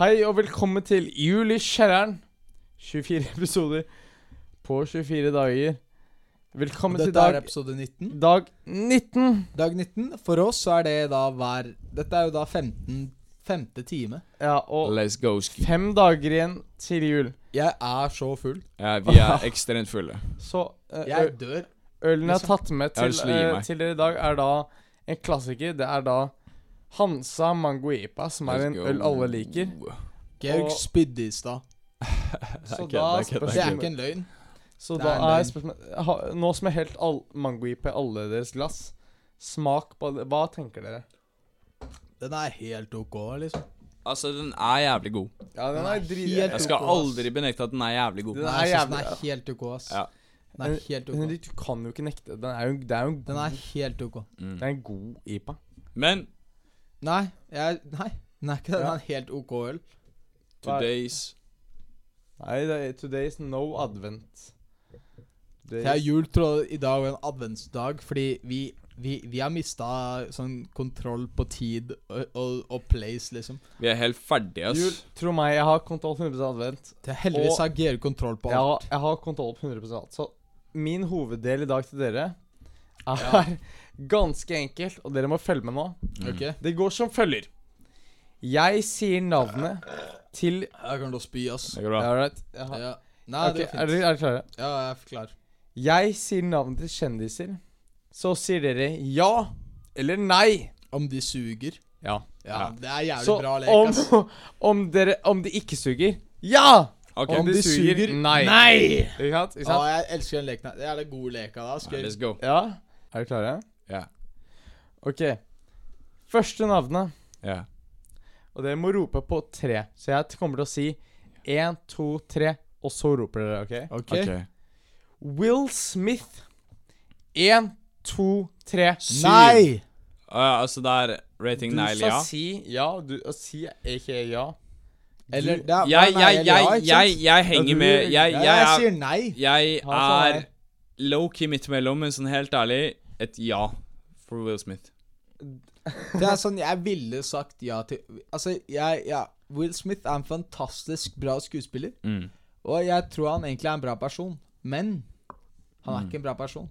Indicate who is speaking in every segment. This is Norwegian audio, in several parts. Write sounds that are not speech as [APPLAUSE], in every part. Speaker 1: Hei og velkommen til Jul i kjelleren. 24 [LAUGHS] episoder på 24 dager. Velkommen
Speaker 2: Dette
Speaker 1: til dag,
Speaker 2: er episode 19.
Speaker 1: dag 19.
Speaker 2: Dag 19. For oss så er det da hver Dette er jo da 15, femte time.
Speaker 1: Ja, og
Speaker 3: Let's go, ski.
Speaker 1: fem dager igjen til jul.
Speaker 2: Jeg er så full.
Speaker 3: Ja, vi er ekstremt fulle.
Speaker 1: Så eh,
Speaker 2: Jeg
Speaker 1: ø-
Speaker 2: dør.
Speaker 1: ølen jeg har tatt med
Speaker 3: Jeg
Speaker 1: til,
Speaker 3: vil slime
Speaker 1: eh,
Speaker 3: meg.
Speaker 1: til dere i dag, er da en klassiker. Det er da Hansa Mangoepa, som er en øl alle liker.
Speaker 2: Georg
Speaker 1: Og-
Speaker 2: spydde i stad.
Speaker 1: Så
Speaker 3: kødd,
Speaker 1: da,
Speaker 3: det er kødd,
Speaker 2: Det er
Speaker 1: spørs-
Speaker 2: ikke en løgn.
Speaker 1: så
Speaker 2: det
Speaker 1: da
Speaker 2: er en
Speaker 1: er
Speaker 2: løgn.
Speaker 1: spørsmålet ha- Nå som jeg helt all, mangoepa i alle deres glass, smak på det. Hva tenker dere?
Speaker 2: Den er helt OK, liksom.
Speaker 3: Altså, den er jævlig god.
Speaker 1: Ja, den er drit...
Speaker 2: helt
Speaker 3: Jeg skal aldri benekte at den er jævlig god.
Speaker 1: Den
Speaker 2: Nei,
Speaker 1: er
Speaker 2: jeg synes
Speaker 1: jævlig-
Speaker 2: Den er helt OK, ass.
Speaker 3: Ja.
Speaker 2: Den er helt
Speaker 1: Men
Speaker 2: OK.
Speaker 1: du kan jo ikke nekte. Den er jo, det er jo en
Speaker 2: Den
Speaker 1: god-
Speaker 2: er helt OK.
Speaker 1: det er en god IPA.
Speaker 3: Mm. Men
Speaker 2: Nei, jeg Nei, den er ikke det. Den
Speaker 1: Ja.
Speaker 2: er en helt OK øl.
Speaker 3: today's
Speaker 1: Nei, det er, today is no advent.
Speaker 2: Det er jul, tror jeg, i dag og en adventsdag, fordi vi vi, vi har mista sånn kontroll på tid og, og, og place, liksom.
Speaker 3: Vi er helt ferdige, ass.
Speaker 1: Jul, tro meg, jeg har kontroll på 100 advent.
Speaker 2: Det er heldigvis
Speaker 1: Og-
Speaker 2: har Georg kontroll på
Speaker 1: Jeg
Speaker 2: alt.
Speaker 1: har, jeg har kontroll på 100 alt. Så min hoveddel i dag til dere er ganske enkelt, og dere må følge med nå.
Speaker 2: Ok?
Speaker 1: Det går som følger. Jeg sier navnet til
Speaker 2: Jeg kommer til å spy, ass.
Speaker 3: Det går bra.
Speaker 1: All right. Jeg har,
Speaker 2: Ja. Nei,
Speaker 1: Ok,
Speaker 2: det
Speaker 1: er
Speaker 2: går
Speaker 1: dere
Speaker 2: fint.
Speaker 1: er dere klare?
Speaker 2: Ja, jeg er klar.
Speaker 1: Jeg sier navnet til kjendiser. Så sier dere ja eller nei.
Speaker 2: Om de suger?
Speaker 1: Ja.
Speaker 2: Ja,
Speaker 3: Ja.
Speaker 2: det er jævlig
Speaker 1: Så
Speaker 2: bra lek,
Speaker 1: om,
Speaker 2: ass.
Speaker 1: [LAUGHS] om, dere, om de ikke suger ja!
Speaker 3: Ok,
Speaker 1: om de suger, nei. Ikke sant? Ikke
Speaker 2: Å,
Speaker 1: sant?
Speaker 2: jeg elsker den leken. her. Det er det gode leka, da.
Speaker 3: Ja,
Speaker 2: Skal
Speaker 3: let's go.
Speaker 1: Ja. Er dere klare?
Speaker 3: Ja.
Speaker 1: OK. Første navnet.
Speaker 3: Ja.
Speaker 1: Og dere må rope på tre. Så jeg kommer til å si én, to, tre, og så roper dere, OK?
Speaker 2: Ok.
Speaker 3: Ok.
Speaker 1: Will Smith. Én, to, tre.
Speaker 3: Syv.
Speaker 2: Nei!
Speaker 3: Å ja, altså, det er rating nei eller ja?
Speaker 1: Du skal si ja. Du og si ikke ja.
Speaker 2: Eller
Speaker 1: Du-
Speaker 2: det er,
Speaker 3: Jeg,
Speaker 2: nei,
Speaker 3: jeg,
Speaker 2: eller ja,
Speaker 3: jeg,
Speaker 2: ikke
Speaker 3: jeg,
Speaker 2: sant?
Speaker 3: jeg henger med. Jeg,
Speaker 2: Ja,
Speaker 3: jeg,
Speaker 2: jeg
Speaker 3: er-
Speaker 2: sier nei.
Speaker 3: jeg
Speaker 1: Han sa
Speaker 3: er
Speaker 1: nei.
Speaker 3: low-key midt imellom, men sånn helt ærlig, et ja for Will Smith.
Speaker 2: Det er sånn jeg ville sagt ja til Altså, jeg ja. Will Smith er en fantastisk bra skuespiller,
Speaker 3: Mm.
Speaker 2: og jeg tror han egentlig er en bra person. Men han
Speaker 3: Mm.
Speaker 2: er ikke en bra person.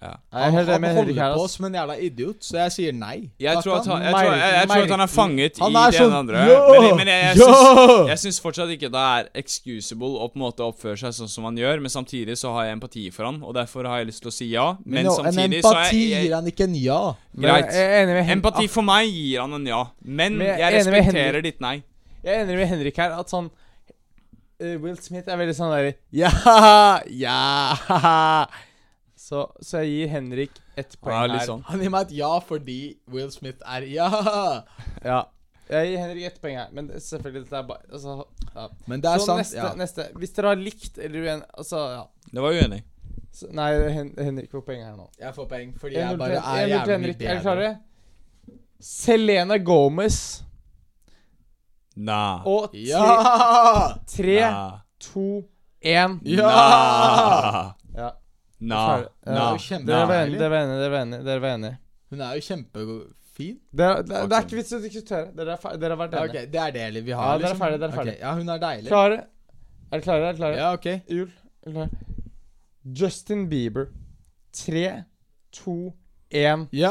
Speaker 1: Nei, jeg er helt
Speaker 2: han
Speaker 1: enig med Henrik her.
Speaker 2: holder på
Speaker 1: ass.
Speaker 2: som en jævla idiot, så jeg sier nei.
Speaker 3: Jeg
Speaker 2: Takk,
Speaker 3: tror, at
Speaker 2: han.
Speaker 3: han, jeg, tror, jeg, jeg tror at han er fanget
Speaker 2: Han
Speaker 3: i
Speaker 2: er
Speaker 3: det
Speaker 2: sånn,
Speaker 3: ene andre.
Speaker 2: «Ja,
Speaker 3: men men jeg, jeg,
Speaker 2: ja!»
Speaker 3: syns, jeg syns fortsatt ikke det er excusable å på en måte oppføre seg sånn som han gjør, men samtidig så har jeg empati for han, og derfor har jeg lyst til å si ja. Men
Speaker 2: no, en
Speaker 3: samtidig så er
Speaker 2: empati
Speaker 3: jeg,
Speaker 2: gir han ikke en ja.
Speaker 1: Men jeg
Speaker 3: Greit.
Speaker 1: er enig med Hen- Ah,
Speaker 3: Empati for meg gir han en ja, men
Speaker 1: Men jeg
Speaker 3: jeg
Speaker 1: er enig med Henrik.
Speaker 3: respekterer ditt nei.
Speaker 1: Jeg er enig med Henrik her at sånn eh, Will Smith er veldig sånn der
Speaker 2: [LAUGHS]
Speaker 1: Ja! Ja! Så, så jeg gir Henrik ett poeng
Speaker 3: Ja, litt
Speaker 1: her.
Speaker 3: sånn.
Speaker 2: Han gir meg et ja fordi Will Smith er ja.
Speaker 1: Ja. Jeg gir Henrik ett poeng her, men selvfølgelig dette er bare altså, ja.
Speaker 2: Men det er
Speaker 1: Så
Speaker 2: sant.
Speaker 1: neste,
Speaker 2: ja.
Speaker 1: neste. Hvis dere har likt eller uen... Altså, ja.
Speaker 3: Det var uenig.
Speaker 1: Så, nei, Hen Henrik får poeng her nå.
Speaker 2: Jeg får poeng fordi
Speaker 1: 1-0
Speaker 2: jeg bare
Speaker 1: til-
Speaker 2: er
Speaker 1: 1-0 til
Speaker 2: jævlig mye
Speaker 1: Henrik. Er dere
Speaker 2: bedre.
Speaker 1: klare? Selena Gomez
Speaker 3: Nah.
Speaker 1: og
Speaker 2: Ja!
Speaker 1: tre,
Speaker 3: Nah.
Speaker 1: to, én
Speaker 2: Ja!
Speaker 3: Nah.
Speaker 1: Ja.
Speaker 3: Nah.
Speaker 1: Ferdig. Ja,
Speaker 3: Nah.
Speaker 2: det er jo
Speaker 1: Dere var
Speaker 2: Nei.
Speaker 1: enige, dere var enige, dere var enige. Dere var enige.
Speaker 2: Hun er jo kjempefin.
Speaker 1: Det er, det, er- det er
Speaker 3: Ok.
Speaker 1: ikke vits i å diskutere. Dere, er fe- dere har vært
Speaker 2: Ja,
Speaker 1: enige.
Speaker 2: ok, Det er det vi har,
Speaker 1: Ja, dere
Speaker 2: liksom.
Speaker 1: er ferdig, dere er
Speaker 2: Ok,
Speaker 1: ferdig.
Speaker 2: Ja, hun er deilig.
Speaker 1: Klare? Er dere klare? Er dere klare?
Speaker 2: Ja, ok.
Speaker 1: Jul. Er dere klare? Justin Bieber. Tre, to, én
Speaker 2: Ja!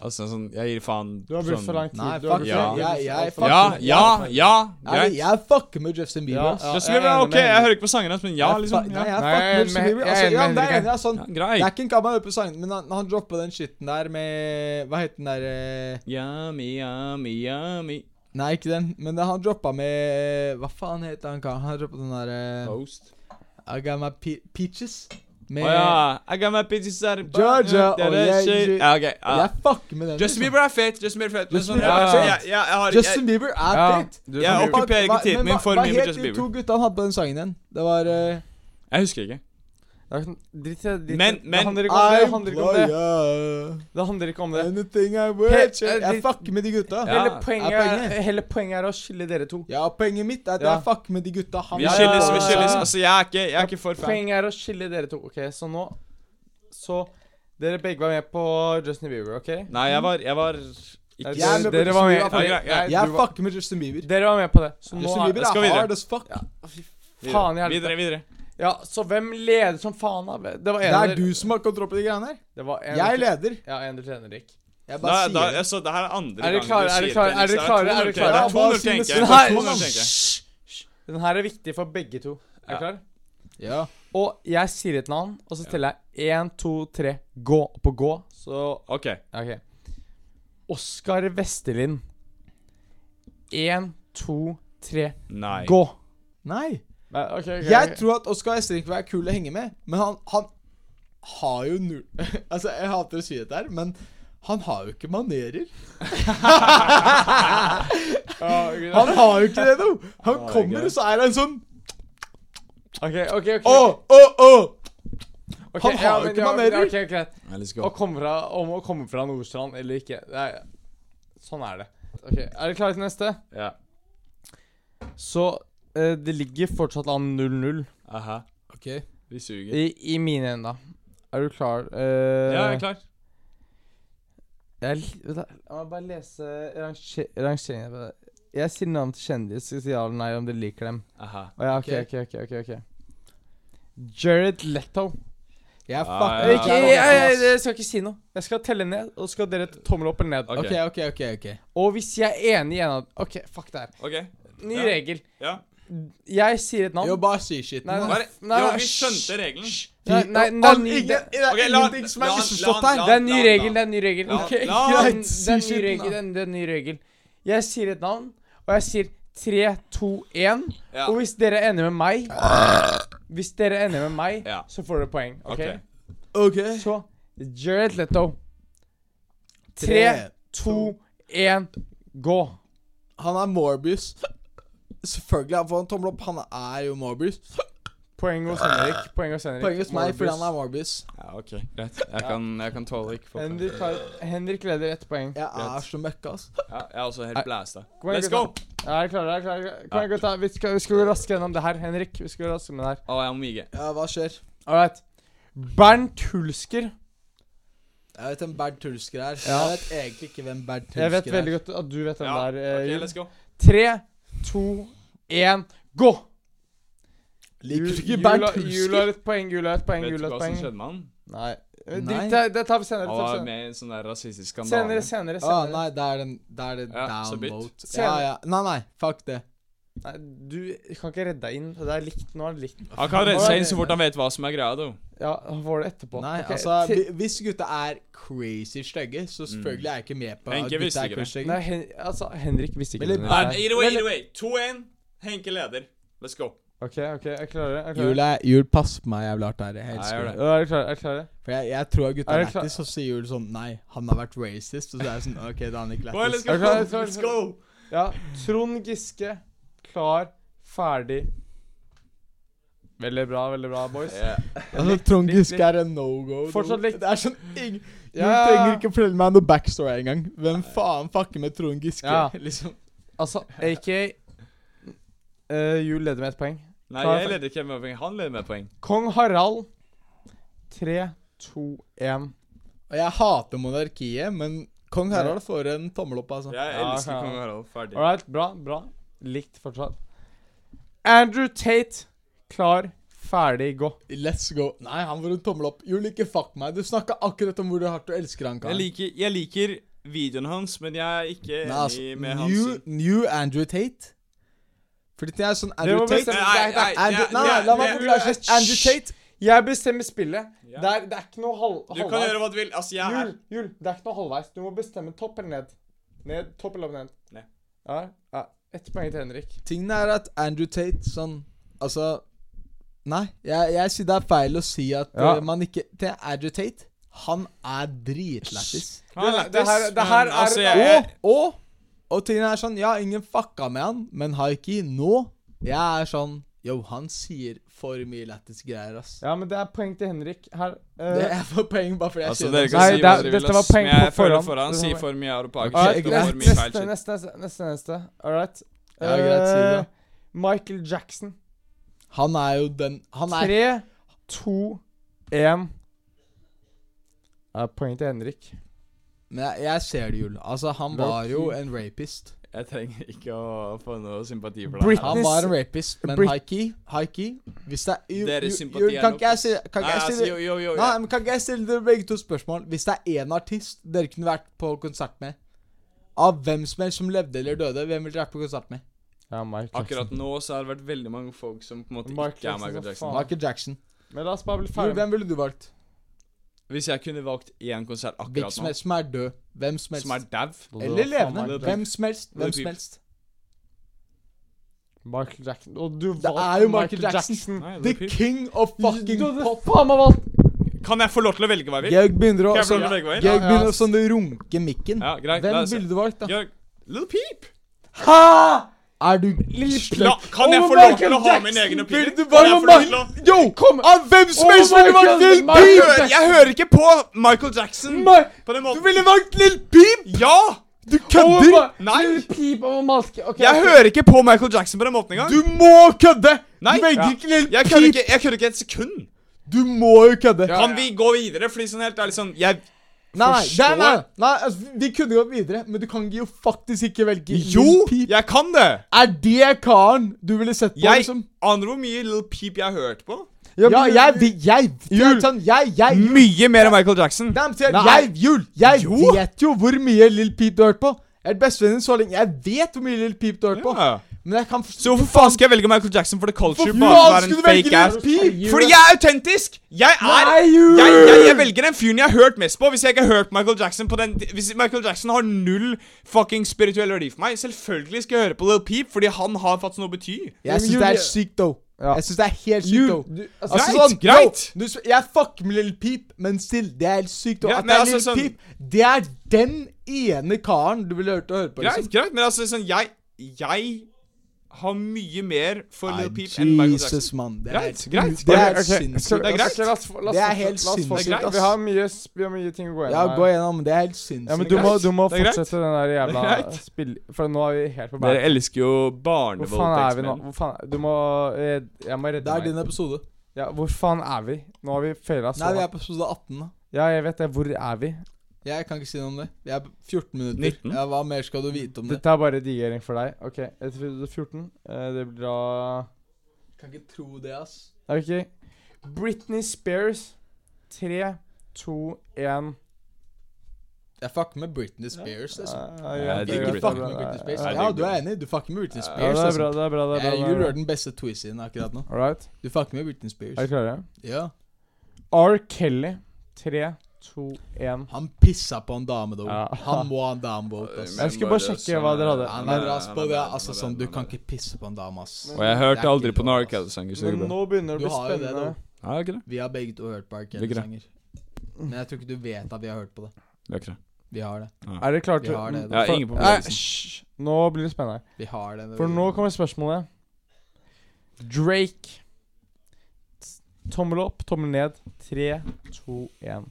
Speaker 3: Altså sånn, jeg gir faen
Speaker 1: Du har brukt for lang tid.
Speaker 2: Nei,
Speaker 1: du har
Speaker 2: fuck
Speaker 1: brukt-
Speaker 3: Sånn. ja.
Speaker 1: du har brukt
Speaker 2: Jeg-
Speaker 1: alt
Speaker 2: jeg-
Speaker 1: for-
Speaker 2: fuck
Speaker 3: Ja,
Speaker 2: det.
Speaker 3: ja, ja.
Speaker 2: Jeg,
Speaker 3: Greit.
Speaker 2: jeg fucker med Justin Bieber,
Speaker 1: Ja,
Speaker 2: ass.
Speaker 1: ja,
Speaker 3: Justin
Speaker 1: jeg er
Speaker 3: Bieber,
Speaker 1: enig
Speaker 3: ok,
Speaker 1: med
Speaker 3: jeg
Speaker 1: Henrik.
Speaker 3: hører ikke på sangene hans, men ja,
Speaker 2: Jeg fa-
Speaker 3: liksom.
Speaker 2: Nei,
Speaker 3: Ja,
Speaker 2: jeg
Speaker 1: Nei,
Speaker 2: fucker
Speaker 1: jeg er enig
Speaker 2: med Justin
Speaker 1: med-
Speaker 2: Bieber.
Speaker 1: jeg er
Speaker 2: Altså,
Speaker 1: enig
Speaker 2: ja,
Speaker 1: med
Speaker 2: det er
Speaker 1: Henrik
Speaker 2: enig, altså, han-
Speaker 3: Ja, greit.
Speaker 2: Det er ikke en gammel på sangen, men han, han droppa den skitten der med Hva het den der eh?
Speaker 3: Yummy, yummy, yummy.
Speaker 2: Nei, ikke den, men det, han droppa med eh, Hva faen het han karen? Han droppa den der eh,
Speaker 3: Toast.
Speaker 2: I got my pe peaches. Med
Speaker 3: Å ja. I got my pizza out of
Speaker 2: Georgia,
Speaker 1: Oh,
Speaker 3: Butter,
Speaker 2: og jeg-
Speaker 3: shit. Ah, Ja, ok. ja.
Speaker 2: Jeg fucker med den.
Speaker 3: Justin
Speaker 2: liksom.
Speaker 3: Bieber er fet. Justin Bieber er fet.
Speaker 2: Justin
Speaker 3: Justin Bieber er
Speaker 1: Bieber er
Speaker 3: fet. Sånn, Ja, ja, jeg har
Speaker 2: Justin
Speaker 3: jeg-
Speaker 2: Bieber er
Speaker 1: Ja,
Speaker 2: fet.
Speaker 1: Justin
Speaker 3: Jeg
Speaker 1: Bieber.
Speaker 3: opp- okkuperer ikke
Speaker 2: Hva-
Speaker 3: tiden
Speaker 2: men
Speaker 3: min
Speaker 2: hva-
Speaker 3: for mye med
Speaker 2: Hva
Speaker 3: Justin
Speaker 2: het de
Speaker 3: Bieber.
Speaker 2: to gutta han hadde på den sangen igjen? Det var eh,
Speaker 3: Jeg husker ikke.
Speaker 1: Det er sånn- Drit i det.
Speaker 3: Men-
Speaker 1: Men,
Speaker 3: men-
Speaker 1: Det handler ikke om det. Det handler ikke om det.
Speaker 2: employer
Speaker 1: Det handler ikke om det.
Speaker 2: Anything I
Speaker 1: Helt-
Speaker 2: wish
Speaker 1: eh,
Speaker 2: Jeg
Speaker 1: de-
Speaker 2: fucker med de gutta.
Speaker 3: Ja.
Speaker 1: Hele poenget
Speaker 2: er
Speaker 1: er,
Speaker 2: poenget.
Speaker 1: hele poenget er å skille dere to.
Speaker 2: Ja, poenget mitt er at
Speaker 1: Ja.
Speaker 2: jeg fucker med de gutta. Han
Speaker 3: Vi
Speaker 1: Ja,
Speaker 2: er
Speaker 3: skilles,
Speaker 2: på
Speaker 3: vi
Speaker 2: den
Speaker 3: skilles.
Speaker 2: sangen.
Speaker 3: Altså, jeg er ikke, jeg er ikke for fan.
Speaker 1: Poenget er å skille dere to. OK, så nå Så dere begge var med på Justin Bieber, OK?
Speaker 3: Nei, jeg var, jeg var
Speaker 1: Nei,
Speaker 3: Ikke
Speaker 1: det-
Speaker 2: Jeg er med på
Speaker 1: dere
Speaker 2: Justin
Speaker 1: var med.
Speaker 2: Bieber, for
Speaker 1: Nei,
Speaker 3: jeg-
Speaker 1: nei,
Speaker 2: Jeg
Speaker 1: du var-
Speaker 2: fucker med Justin Bieber.
Speaker 1: Dere var med på det. Så nå
Speaker 2: Justin
Speaker 1: er,
Speaker 2: Bieber
Speaker 3: skal
Speaker 2: er
Speaker 3: videre.
Speaker 2: hard as fuck.
Speaker 1: Faen i helvete.
Speaker 3: Videre, videre.
Speaker 1: Ja, så hvem leder som faen, da? Det var en
Speaker 2: Det
Speaker 1: dere-
Speaker 2: er du som har kontroll på de greiene her.
Speaker 1: Det var en
Speaker 2: Jeg leder.
Speaker 1: Ja, en dere trener, Dick.
Speaker 2: Jeg
Speaker 3: Da,
Speaker 2: bare
Speaker 3: da,
Speaker 2: sier det.
Speaker 3: altså, det her er andre
Speaker 1: Er dere
Speaker 3: gangen
Speaker 1: klare?
Speaker 3: du
Speaker 1: Er dere
Speaker 3: sier
Speaker 1: klare?
Speaker 3: tennis.
Speaker 1: Er dere klare? Er dere
Speaker 3: Det er
Speaker 1: klare?
Speaker 3: 2-0
Speaker 2: Bare si det
Speaker 3: til Henke.
Speaker 2: selv.
Speaker 3: Det er
Speaker 1: Nei,
Speaker 3: 2-0 til Henke.
Speaker 1: hysj! hysj. Den her er viktig for begge to. Er
Speaker 3: Ja.
Speaker 1: du klar?
Speaker 2: Ja.
Speaker 1: Og jeg sier et navn, og så teller jeg én, to, tre, gå. Og på gå, så
Speaker 3: OK.
Speaker 1: OK. Oskar Vesterlind. Én, to, tre,
Speaker 3: Nei.
Speaker 1: gå.
Speaker 2: Nei.
Speaker 1: Nei, ok, ok, ok.
Speaker 2: Jeg tror at Oskar Estrin kan være kul å henge med, men han, han har jo null [LAUGHS] Altså, jeg hater å si dette her, men han har jo ikke manerer.
Speaker 1: Ja, ok,
Speaker 2: Han har jo ikke det, nå. Han
Speaker 3: Herregud.
Speaker 2: kommer, og så er han sånn
Speaker 1: OK, OK. ok.
Speaker 2: Å, å, å!
Speaker 1: Ok,
Speaker 2: han har jo
Speaker 1: men
Speaker 2: ikke
Speaker 1: ja,
Speaker 2: manerer.
Speaker 1: ok, greit.
Speaker 3: Nei, let's
Speaker 1: Å komme fra, om å komme fra Nordstrand eller ikke det er, Sånn er det. Ok, Er dere klare til neste?
Speaker 3: Ja.
Speaker 1: Så eh, det ligger fortsatt an 0-0
Speaker 3: Aha.
Speaker 2: OK.
Speaker 3: Vi suger.
Speaker 1: i, i mine enda. Er du klar? Eh,
Speaker 3: Ja, jeg er klar.
Speaker 1: jeg er litt- vet du, la meg bare lese ranger- rangeringen på det. Jeg sier navn til kjendis, skal si ja eller nei om dere liker dem.
Speaker 3: Aha.
Speaker 1: Å ja, ok, ok, ok, ok, ok. Jared Letto.
Speaker 2: Jeg
Speaker 3: Ja,
Speaker 2: fucker
Speaker 3: ja,
Speaker 1: Ikke, jeg, jeg, jeg skal ikke si noe. Jeg skal telle ned, og så skal dere tommel opp eller ned.
Speaker 3: Ok.
Speaker 2: OK, OK, OK. ok
Speaker 1: Og hvis jeg er enig i en av OK, fuck det her.
Speaker 3: OK.
Speaker 1: Ny
Speaker 3: Ja.
Speaker 1: regel.
Speaker 3: Ja.
Speaker 1: Jeg sier et navn.
Speaker 2: Jo, bare si shit.
Speaker 1: Nei, nei.
Speaker 2: nå.
Speaker 3: Bare, [LAUGHS]
Speaker 1: Nei,
Speaker 3: jo,
Speaker 1: nei,
Speaker 3: vi
Speaker 1: hysj.
Speaker 3: skjønte regelen.
Speaker 1: Nei, nei,
Speaker 2: All-
Speaker 1: det er ny-
Speaker 2: ingen-
Speaker 1: det-
Speaker 2: det er
Speaker 3: Ok, la-
Speaker 2: ingenting som
Speaker 3: la
Speaker 2: er
Speaker 3: han-
Speaker 2: misforstått
Speaker 3: la han-
Speaker 2: her.
Speaker 1: Det er en ny
Speaker 3: Navn,
Speaker 1: regel,
Speaker 3: navn.
Speaker 1: det er en ny regel.
Speaker 3: Navn,
Speaker 1: Ok, [LAUGHS] greit.
Speaker 3: navn.
Speaker 1: Det er en
Speaker 2: Si
Speaker 1: ny
Speaker 2: skitten,
Speaker 1: regel,
Speaker 2: da.
Speaker 1: det er en- det er en ny regel. Jeg sier et navn, og jeg sier 3, 2, 1.
Speaker 3: Ja.
Speaker 1: Og hvis dere er enige med meg Hvis dere er enige med meg,
Speaker 3: Ja.
Speaker 1: så får dere poeng. OK?
Speaker 3: Ok.
Speaker 2: OK.
Speaker 1: Så Jared Letto.
Speaker 2: Tre.
Speaker 1: 3, 2, 1, gå.
Speaker 2: Han er Morbius. Selvfølgelig han får en tommel opp. Han er jo Morbius.
Speaker 1: Poeng hos Henrik. Poeng hos Henrik.
Speaker 2: Poenget hos meg fordi han er
Speaker 1: Morbius.
Speaker 2: Morbius.
Speaker 3: Ja, OK. Greit. Jeg kan, jeg kan tåle ikke få
Speaker 1: Henrik, har- Henrik leder ett poeng.
Speaker 2: Jeg
Speaker 3: Greit.
Speaker 2: er så møkka, ass.
Speaker 3: Ja, jeg er også helt blæsta.
Speaker 1: Kom igjen,
Speaker 3: Let's go!
Speaker 1: gutta. Ja, er dere klare? Er dere klare? Kom igjen, gutta. Vi skal, vi skal gå raskere gjennom det her, Henrik. Vi skal gå raskere med det her.
Speaker 3: Å, jeg må mige.
Speaker 2: Ja, hva skjer?
Speaker 1: All right. Bernt Hulsker.
Speaker 2: Jeg vet hvem Bernt Tulsker er.
Speaker 1: Ja.
Speaker 2: Jeg vet egentlig ikke hvem Bernt Tulsker er.
Speaker 1: Jeg vet veldig godt at du vet den
Speaker 3: Ja,
Speaker 1: der. eh,
Speaker 3: OK,
Speaker 1: Jon.
Speaker 3: let's go.
Speaker 1: Tre, to, én, gå!
Speaker 2: Liker du ikke
Speaker 1: Jul-
Speaker 2: Bernt
Speaker 1: Jula- Jula
Speaker 2: Tulsker?
Speaker 1: har et poeng, Jula har et poeng,
Speaker 3: Vet du
Speaker 1: Jula
Speaker 3: hva
Speaker 1: har et
Speaker 3: som
Speaker 1: poeng.
Speaker 3: skjedde med han?
Speaker 1: Nei. Eh,
Speaker 2: Nei.
Speaker 1: Drit, det- det tar vi senere. det
Speaker 3: Han
Speaker 1: tar vi
Speaker 3: var
Speaker 1: senere.
Speaker 3: med i en sånn der rasistisk skandale.
Speaker 1: Senere, senere,
Speaker 2: Å
Speaker 1: senere.
Speaker 2: Ah, nei, det er den Det er den
Speaker 3: Ja, så bytt.
Speaker 2: downvote.
Speaker 1: Se-
Speaker 2: Ja, ja. Nei, nei, fuck det.
Speaker 1: nei. Du kan ikke redde deg inn. Det er likt nå. er det likt.
Speaker 3: Han kan redde seg inn så fort han vet hva som er greia, du.
Speaker 1: Ja, han får det etterpå.
Speaker 2: Nei,
Speaker 1: Ok,
Speaker 2: altså
Speaker 1: ti-
Speaker 2: hvi- Hvis gutta er crazy stygge, så selvfølgelig er jeg ikke med på
Speaker 3: Henke
Speaker 2: at gutta
Speaker 3: visste
Speaker 2: er
Speaker 3: ikke det.
Speaker 2: crazy
Speaker 1: Nei,
Speaker 2: stygge.
Speaker 1: Hen altså, Henrik visste ikke
Speaker 2: Eller-
Speaker 1: det.
Speaker 3: Nei,
Speaker 1: Nei.
Speaker 3: either way, either way. 2-1. Henke leder. Let's go.
Speaker 1: OK, ok, er dere klare? Er dere klare?
Speaker 2: Jul, er, jul passer på meg jævlig hardt her. Jeg
Speaker 3: Nei,
Speaker 2: elsker
Speaker 3: gjør
Speaker 2: det.
Speaker 3: det.
Speaker 1: Ja, Er dere klare? Er dere klare?
Speaker 2: For jeg, jeg tror at gutta
Speaker 1: Er
Speaker 2: er
Speaker 1: det klar-
Speaker 2: lættis, og så sier Jul sånn Nei, han har vært racist. Og så er jeg sånn OK, da er han ikke
Speaker 3: Boy, let's
Speaker 2: lættis.
Speaker 3: go.
Speaker 1: Er du klar? Er du klar?
Speaker 3: Let's go.
Speaker 1: Ja. Trond Giske. Klar, ferdig. Veldig bra, veldig bra, boys.
Speaker 3: [LAUGHS] Ja.
Speaker 2: Altså, Trond
Speaker 1: litt-
Speaker 2: Giske er en no-go.
Speaker 1: Fortsatt litt.
Speaker 2: Det er sånn ing... Jul
Speaker 1: Ja.
Speaker 2: trenger ikke fortelle meg noe backstory engang. Hvem faen fucker med Trond Giske?
Speaker 1: Ja.
Speaker 2: liksom
Speaker 1: Altså, AK uh, Jul leder med ett poeng.
Speaker 3: Nei,
Speaker 1: Klar,
Speaker 3: jeg
Speaker 1: for-
Speaker 3: leder ikke med poeng. Han leder med poeng.
Speaker 1: Kong Harald. Tre, to, én.
Speaker 2: Og jeg hater monarkiet, men kong Harald får en tommel opp, altså.
Speaker 3: Jeg
Speaker 1: Ja,
Speaker 3: elsker
Speaker 1: klar.
Speaker 3: kong Harald. Ferdig.
Speaker 1: All right, bra, bra. Likt fortsatt. Andrew Tate. Klar, ferdig, gå.
Speaker 2: Let's go. Nei, han får en tommel opp. Jul, ikke fuck meg. Du snakka akkurat om hvor hardt du elsker han,
Speaker 3: Jeg
Speaker 2: karen.
Speaker 3: liker, jeg liker videoen hans, men jeg er ikke
Speaker 2: Nei, altså,
Speaker 3: enig med hans
Speaker 2: new, new Andrew Tate. Fordi det er sånn
Speaker 1: må
Speaker 2: Andrew Tate
Speaker 1: bestemme-
Speaker 3: Nei, nei,
Speaker 2: Andrew,
Speaker 3: det-
Speaker 2: nei, nei, la meg
Speaker 3: det-
Speaker 2: forklare først. Andrew Tate
Speaker 1: Jeg bestemmer spillet.
Speaker 3: Ja.
Speaker 1: Det, er, det er ikke noe halv,
Speaker 3: Du kan gjøre hva du vil. Altså, jeg er
Speaker 1: Jul, jul, det er ikke noe halvveis. Du må bestemme topp eller ned. Ned, topp eller ned.
Speaker 3: Ned.
Speaker 1: Ja, ja. Ett poeng til Henrik.
Speaker 2: Tingen er at Andrew Tate sånn Altså Nei, jeg, jeg sier det er feil å si at
Speaker 1: Ja.
Speaker 2: eh, man ikke Til Andrew Tate, han er dritlættis.
Speaker 3: Han er
Speaker 1: Det- det her-
Speaker 3: lættis,
Speaker 1: det her
Speaker 3: men
Speaker 1: er-
Speaker 3: altså, jeg
Speaker 2: Og, og Og tingen er sånn Ja, ingen fucka med han, men Haiki nå Jeg er sånn Yo, han sier for mye lættis greier, ass.
Speaker 1: Ja, men det er poeng til Henrik her. Eh,
Speaker 2: Det er for poeng bare fordi jeg
Speaker 3: Altså,
Speaker 2: sier
Speaker 3: dere
Speaker 2: det.
Speaker 3: kan
Speaker 1: Nei,
Speaker 3: si
Speaker 1: det
Speaker 3: hva
Speaker 1: er-
Speaker 3: dere vil,
Speaker 1: dette var
Speaker 3: ass, men
Speaker 1: poeng på
Speaker 3: jeg føler
Speaker 1: forhand.
Speaker 3: for han
Speaker 1: Dette
Speaker 3: sier
Speaker 1: var-
Speaker 3: for mye
Speaker 2: Ok,
Speaker 3: arapaker
Speaker 1: Alright,
Speaker 3: shit og
Speaker 2: greit.
Speaker 3: for mye feil
Speaker 1: Neste,
Speaker 3: shit.
Speaker 1: neste, neste, neste, neste. All right.
Speaker 2: Ja, greit, si det.
Speaker 1: Eh, Michael Jackson.
Speaker 2: Han er jo den Han er
Speaker 1: Tre, to, én. Det er poeng til Henrik.
Speaker 2: Men jeg, jeg ser det, Jul. Altså, han
Speaker 1: Low
Speaker 2: var jo
Speaker 1: key.
Speaker 2: en rapist.
Speaker 3: Jeg trenger ikke å få noe sympati for det.
Speaker 1: Britney
Speaker 3: her.
Speaker 2: Han var en rapist, men
Speaker 1: Brit-
Speaker 2: high-key High-key Hvis det er
Speaker 3: Deres
Speaker 2: Jul,
Speaker 3: sympati
Speaker 2: Jul,
Speaker 3: er
Speaker 2: kan ikke jeg
Speaker 3: Lopez.
Speaker 2: si Kan ikke
Speaker 3: Nei,
Speaker 2: jeg si
Speaker 3: altså, jo, jo, jo,
Speaker 2: Nei,
Speaker 3: jeg-
Speaker 2: men kan ikke jeg stille dere begge to spørsmål? Hvis det er én artist dere kunne vært på konsert med, av hvem som helst som levde eller døde, hvem ville dere vært på konsert med?
Speaker 1: Ja, Michael
Speaker 3: Akkurat nå så har det vært veldig mange folk som på en måte
Speaker 1: Michael
Speaker 3: ikke er
Speaker 1: Jackson,
Speaker 3: Michael
Speaker 1: så
Speaker 3: Jackson.
Speaker 1: faen.
Speaker 2: Michael Jackson.
Speaker 1: Men la oss bare bli
Speaker 2: Jul,
Speaker 1: ferdig.
Speaker 2: hvem ville du valgt?
Speaker 3: Hvis jeg kunne valgt én konsert
Speaker 2: Hvem
Speaker 3: akkurat
Speaker 2: som
Speaker 3: nå,
Speaker 2: helst som er død. Hvem som helst.
Speaker 3: som er dau
Speaker 2: eller levende.
Speaker 1: Michael,
Speaker 2: Hvem som helst. Hvem
Speaker 3: Det
Speaker 2: som
Speaker 3: blir-
Speaker 2: helst.
Speaker 1: Michael Jackson. Og du
Speaker 2: Det er jo Michael Jackson.
Speaker 3: Nei,
Speaker 2: The
Speaker 3: det er pip.
Speaker 2: king of fucking
Speaker 1: Du hadde
Speaker 2: pop.
Speaker 1: faen meg valgt
Speaker 3: Kan jeg få lov til å velge hva jeg vil?
Speaker 2: Georg begynner å
Speaker 3: Kan jeg få
Speaker 2: sånn,
Speaker 3: lov til å velge hva jeg vil?
Speaker 2: Georg
Speaker 1: Ja,
Speaker 2: begynner
Speaker 1: ja.
Speaker 2: å sånn runke mikken.
Speaker 3: Ja, greit.
Speaker 2: Hvem
Speaker 3: la oss-
Speaker 2: ville du valgt, da?
Speaker 3: Gjør- Little Peep.
Speaker 2: Hæ?! Ah! Er du
Speaker 3: La,
Speaker 2: sløk?
Speaker 3: kan jeg
Speaker 1: Å,
Speaker 3: få lov til å
Speaker 1: Michael
Speaker 3: ha min
Speaker 1: Jackson,
Speaker 3: egen
Speaker 1: vil du
Speaker 3: opinion? Kan
Speaker 1: bare
Speaker 3: jeg få lov til å
Speaker 1: Yo, kom!
Speaker 2: Av hvem som
Speaker 1: Å,
Speaker 2: helst ville
Speaker 1: Michael,
Speaker 2: valgt Lill
Speaker 1: Michael
Speaker 2: Peep!
Speaker 1: Jackson.
Speaker 3: Hør, Jeg hører ikke på Michael Jackson
Speaker 1: Ma-
Speaker 3: på den
Speaker 2: Du
Speaker 3: måten.
Speaker 2: ville valgt Lill Peep!
Speaker 3: Ja!
Speaker 2: Du
Speaker 1: Å,
Speaker 2: kødder!
Speaker 1: ma-
Speaker 3: Nei.
Speaker 1: Du Pip og malke. Ok,
Speaker 3: Jeg
Speaker 1: ok.
Speaker 3: hører ikke på Michael Jackson på den måten engang.
Speaker 2: Du må kødde!
Speaker 3: Nei,
Speaker 2: du velger
Speaker 3: ja.
Speaker 2: ikke Lill
Speaker 3: Jeg kødder
Speaker 2: Peep.
Speaker 3: ikke, jeg kødder ikke et sekund.
Speaker 2: Du må jo kødde.
Speaker 1: Ja.
Speaker 3: Kan vi gå videre? Fordi sånn helt ærlig sånn Jeg
Speaker 2: Nei, nei,
Speaker 3: Forstår.
Speaker 2: nei, nei, nei altså, vi kunne gått videre, men du kan jo faktisk ikke velge Lil
Speaker 3: Jo,
Speaker 2: Peep.
Speaker 3: jeg kan det!
Speaker 2: Er det karen du ville sett på,
Speaker 3: Jeg
Speaker 2: liksom?
Speaker 3: aner hvor mye Little Peep jeg har hørt på.
Speaker 1: Ja,
Speaker 2: Ja,
Speaker 1: men-
Speaker 2: jeg vet Jeg
Speaker 1: Jul.
Speaker 2: vet sånn Jeg, jeg
Speaker 3: Mye mer enn Michael Jackson.
Speaker 2: Damn, sier jeg,
Speaker 1: Nei.
Speaker 2: jeg Jul, jeg
Speaker 3: Jo.
Speaker 2: vet jo hvor mye Lill Peep du har hørt på. Jeg er bestevennen din så lenge. Jeg vet hvor mye Lill Peep du har hørt på.
Speaker 3: Ja.
Speaker 2: Men jeg kan forstå
Speaker 3: Så hvorfor faen skal jeg velge Michael Jackson for The Culture?
Speaker 2: Hvorfor
Speaker 3: Bare for å
Speaker 2: faen
Speaker 3: være
Speaker 2: skulle du
Speaker 3: en
Speaker 2: velge
Speaker 3: fake ass?
Speaker 2: Little Peep?
Speaker 3: Fordi jeg er autentisk! Jeg er
Speaker 1: Nei, Jul!
Speaker 3: jeg, jeg, jeg velger den fyren jeg har hørt mest på. Hvis jeg ikke har hørt Michael Jackson på den Hvis Michael Jackson har null fucking spirituell verdi for meg, selvfølgelig skal jeg høre på Lil Peep, fordi han har faktisk noe å bety.
Speaker 2: Jeg syns
Speaker 1: Jul,
Speaker 2: det er
Speaker 1: jeg-
Speaker 2: sykt, though.
Speaker 1: Ja.
Speaker 2: Jeg syns det er helt sykt,
Speaker 1: Jul,
Speaker 2: though.
Speaker 1: du- altså,
Speaker 2: Altså,
Speaker 3: Greit,
Speaker 2: sånn,
Speaker 3: greit.
Speaker 2: Yo, du, s- jeg fucker med Lill Peep, men still, det er helt sykt. Og
Speaker 3: Ja,
Speaker 2: at
Speaker 3: men
Speaker 2: det er
Speaker 3: altså,
Speaker 2: Lill
Speaker 3: sånn-
Speaker 2: Peep, det er den ene karen du ville hørt å høre på.
Speaker 3: Greit,
Speaker 2: Liksom.
Speaker 3: greit, men altså sånn Jeg, jeg har mye mer for Lil Peep enn
Speaker 2: Nei,
Speaker 3: Michael
Speaker 2: Jesus,
Speaker 3: Jackson.
Speaker 2: mann. Det
Speaker 3: Greit,
Speaker 2: er,
Speaker 3: greit.
Speaker 2: Det er
Speaker 1: Ok, altså, ok,
Speaker 2: sinnssykt.
Speaker 3: Det er greit.
Speaker 1: ok, la oss få- la oss
Speaker 2: Det er
Speaker 1: fortsette-
Speaker 2: helt
Speaker 1: la oss fortsette.
Speaker 3: sinnssykt, ass.
Speaker 1: Vi har mye, s- vi har mye ting å gå
Speaker 2: Ja,
Speaker 1: gjennom
Speaker 2: gå
Speaker 1: her.
Speaker 2: gjennom. Det er helt
Speaker 1: Ja, men
Speaker 2: sinnssykt.
Speaker 1: du må,
Speaker 3: greit.
Speaker 1: du må
Speaker 3: Det er greit.
Speaker 1: fortsette den der jævla
Speaker 3: Det er greit.
Speaker 1: spill... For nå er vi helt på
Speaker 3: Dere
Speaker 1: bæren.
Speaker 3: elsker jo
Speaker 1: Hvor faen er vi nå?
Speaker 3: barnevoldtektsmenn.
Speaker 1: Hvor faen, du må eh, Jeg må
Speaker 2: Det
Speaker 1: redde
Speaker 2: er din
Speaker 1: meg.
Speaker 2: episode.
Speaker 1: Ja, hvor faen er vi? Nå har vi feila så
Speaker 2: Nei, vi er på episode 18. da
Speaker 1: Ja, jeg vet det. Hvor er vi?
Speaker 2: Jeg kan ikke si noe om det. Jeg er på 14 minutter.
Speaker 3: 19.
Speaker 2: Ja, hva mer skal du vite om det?
Speaker 1: Dette er bare digering for deg. OK, episode 14. Eh, det blir da
Speaker 2: Kan ikke tro det, ass.
Speaker 1: Nei, OK. Britney Spears. 3, 2, 1
Speaker 2: Jeg fucker med Britney Spears. liksom
Speaker 3: Jeg
Speaker 2: Du
Speaker 3: digger
Speaker 2: ikke
Speaker 3: Britney.
Speaker 2: fucker med Britney Spears. Ja,
Speaker 3: Jeg digger
Speaker 2: du er
Speaker 3: Britney.
Speaker 2: enig. Du fucker med Britney
Speaker 1: Ja,
Speaker 2: Spears.
Speaker 1: det er
Speaker 2: altså.
Speaker 1: bra, det er bra. det er
Speaker 2: Jeg
Speaker 1: bra,
Speaker 2: gjorde
Speaker 1: det er bra.
Speaker 2: den beste twisten akkurat nå.
Speaker 1: All right.
Speaker 2: Du fucker med Britney Spears.
Speaker 1: Er dere klare?
Speaker 2: Ja.
Speaker 1: R. Kelly. 3, 2, 1
Speaker 2: Han pissa på en dame, da.
Speaker 1: Ja.
Speaker 2: Han må ha en dameboat,
Speaker 1: [LAUGHS]
Speaker 2: ass.
Speaker 1: Jeg skulle bare
Speaker 2: altså,
Speaker 1: sjekke hva dere hadde.
Speaker 2: Han er rask på det. Altså sånn, Du kan ikke pisse på en dame, ass.
Speaker 3: Og jeg
Speaker 2: Det
Speaker 3: hørte
Speaker 2: er
Speaker 3: aldri
Speaker 2: ikke
Speaker 3: på
Speaker 2: lov,
Speaker 3: noen
Speaker 2: ass.
Speaker 3: Kelly-sanger. så
Speaker 1: Men
Speaker 3: det går bra.
Speaker 1: nå begynner det å
Speaker 2: Du
Speaker 1: bli
Speaker 2: har jo det,
Speaker 1: spennende.
Speaker 3: Ja, ikke det?
Speaker 2: Vi har begge to hørt på R.
Speaker 3: Det er greit.
Speaker 2: Kelly-sanger. Men jeg tror ikke du vet at vi har hørt på det.
Speaker 3: Det er ikke det.
Speaker 2: Vi har det.
Speaker 1: Er dere klare
Speaker 2: Vi
Speaker 1: til
Speaker 2: har det, da.
Speaker 3: Ja,
Speaker 1: For-
Speaker 3: ingen liksom. på
Speaker 1: Nei,
Speaker 3: bevegelsen.
Speaker 1: hysj. Nå blir det spennende.
Speaker 2: Vi har det.
Speaker 1: For nå kommer spørsmålet. Drake. T- Tommel opp, tommel ned. Tre, to, én.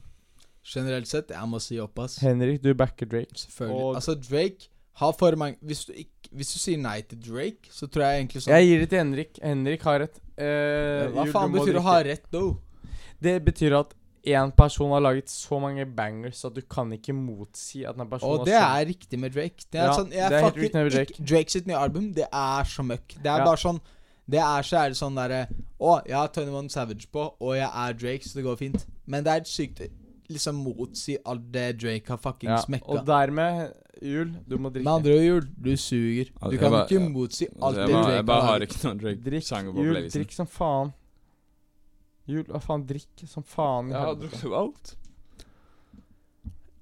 Speaker 2: Generelt sett, jeg må si opp, ass.
Speaker 1: Henrik, du backer Drake.
Speaker 2: Selvfølgelig.
Speaker 1: Og-
Speaker 2: altså, Drake har for mange hvis du, ikke, hvis du sier nei til Drake, så tror jeg egentlig sånn
Speaker 1: Jeg gir det til Henrik. Henrik har rett. Eh,
Speaker 2: Hva
Speaker 1: Jul,
Speaker 2: faen
Speaker 1: du må
Speaker 2: betyr å
Speaker 1: drikke.
Speaker 2: ha rett, though?
Speaker 1: Det betyr at én person har laget så mange bangers at du kan ikke motsi at den personen
Speaker 2: Og det
Speaker 1: har
Speaker 2: er riktig med Drake. Det er
Speaker 1: Ja,
Speaker 2: sånn, jeg
Speaker 1: det er helt
Speaker 2: fucker
Speaker 1: riktig med Drake.
Speaker 2: ikke- Drake sitt nye album, det er så møkk. Det er
Speaker 1: Ja.
Speaker 2: bare sånn Det er så er det sånn derre Å, jeg har 21 Savage på, og jeg er Drake, så det går fint. Men det er helt sykt liksom motsi alt det Drake har fucking
Speaker 1: ja, Og
Speaker 2: smekka.
Speaker 1: dermed, Jul, du må
Speaker 2: Med
Speaker 1: drikke.
Speaker 2: andre ord, Jul, du suger.
Speaker 3: Ja,
Speaker 2: Du
Speaker 3: jeg
Speaker 2: kan
Speaker 3: bare-
Speaker 2: ikke
Speaker 3: ja.
Speaker 2: motsi alt det
Speaker 3: Så Jeg bare, jeg
Speaker 2: Drake
Speaker 3: bare
Speaker 2: har
Speaker 3: har
Speaker 2: laget.
Speaker 3: ikke noen
Speaker 1: Drikk,
Speaker 3: Drake-sanger på
Speaker 1: Jul,
Speaker 3: playlisten.
Speaker 1: drikk som faen. Jul, hva faen? Drikk som faen. i
Speaker 3: Jeg har
Speaker 1: helvete.
Speaker 3: drukket alt.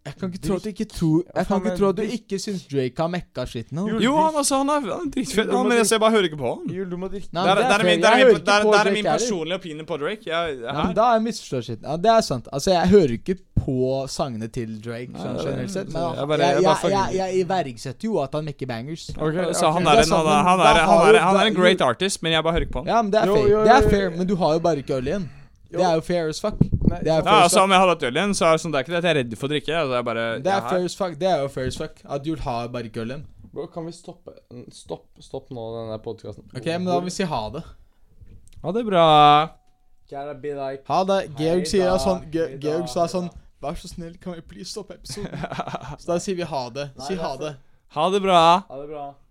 Speaker 2: Jeg kan ikke tro at du ikke tror
Speaker 1: Ja,
Speaker 2: Jeg kan
Speaker 1: faen,
Speaker 2: ikke
Speaker 1: men
Speaker 2: tro at du
Speaker 1: drikk-
Speaker 2: ikke syns Drake har mekka shit nå.
Speaker 1: Jul,
Speaker 3: Jo,
Speaker 1: drikk-
Speaker 3: han altså, han er, han er dritfett,
Speaker 1: Du må
Speaker 3: han, men
Speaker 1: drikke-
Speaker 3: altså, jeg bare hører ikke på han.
Speaker 1: Jul, du må drikke.
Speaker 2: Nei,
Speaker 3: Der,
Speaker 2: men
Speaker 3: der, er
Speaker 2: fair.
Speaker 3: min,
Speaker 2: Jeg
Speaker 3: der, er min,
Speaker 2: hører ikke
Speaker 3: der,
Speaker 2: på
Speaker 3: der er
Speaker 2: Drake
Speaker 3: min
Speaker 2: heller.
Speaker 3: personlige opinion på Drake. Jeg,
Speaker 2: Ja, men
Speaker 3: her.
Speaker 2: da er jeg misforstått shit. Ja, det er sant. Altså, jeg hører ikke på sangene til Drake
Speaker 3: Nei,
Speaker 2: sånn
Speaker 3: det er-
Speaker 2: generelt sett, men
Speaker 3: jeg
Speaker 2: jeg,
Speaker 3: bare- jeg
Speaker 2: jeg,
Speaker 3: bare
Speaker 2: jeg,
Speaker 3: fucking-
Speaker 2: jeg, iverksetter jo at han mekker bangers.
Speaker 1: Ok,
Speaker 3: Så
Speaker 1: ok.
Speaker 3: han
Speaker 2: det er
Speaker 3: er en,
Speaker 2: sant, men da
Speaker 3: han er, han er,
Speaker 2: har
Speaker 3: han er,
Speaker 2: jo
Speaker 3: han er en
Speaker 2: Drake-
Speaker 3: great artist, men jeg bare hører ikke på han.
Speaker 2: Ja, men det er
Speaker 1: Jo,
Speaker 2: fair.
Speaker 1: jo,
Speaker 2: Det er
Speaker 1: jo,
Speaker 2: fair,
Speaker 1: jo.
Speaker 2: men du har jo bare ikke øl igjen.
Speaker 1: Jo.
Speaker 2: Det er jo fair as fuck.
Speaker 1: Nei,
Speaker 2: Det er
Speaker 3: Ja,
Speaker 2: fair as
Speaker 3: altså,
Speaker 2: fuck.
Speaker 3: om jeg hadde hatt øl igjen, så er det sånn, det er ikke det at jeg er redd for å drikke. Altså, jeg bare,
Speaker 2: Det
Speaker 3: jeg
Speaker 2: er fair as fuck. Det er jo fair as fuck. At Jul har bare ikke øl igjen.
Speaker 1: Bro, kan vi stoppe Stopp, stopp nå den der podkasten.
Speaker 2: Ok, men da vil vi si ha det.
Speaker 3: Ha det bra.
Speaker 1: Gotta be like
Speaker 2: Ha det.
Speaker 1: Hei
Speaker 2: Georg sier
Speaker 1: da,
Speaker 2: sånn Ge-
Speaker 1: hei da,
Speaker 2: Georg sa
Speaker 1: hei
Speaker 2: sånn
Speaker 1: da.
Speaker 2: Vær så
Speaker 1: [LAUGHS]
Speaker 2: snill, kan vi please stoppe episoden? Så da sier vi ha det. Si
Speaker 1: Nei,
Speaker 2: ha
Speaker 1: det er
Speaker 2: det.
Speaker 3: Ha det bra.
Speaker 1: Ha det bra.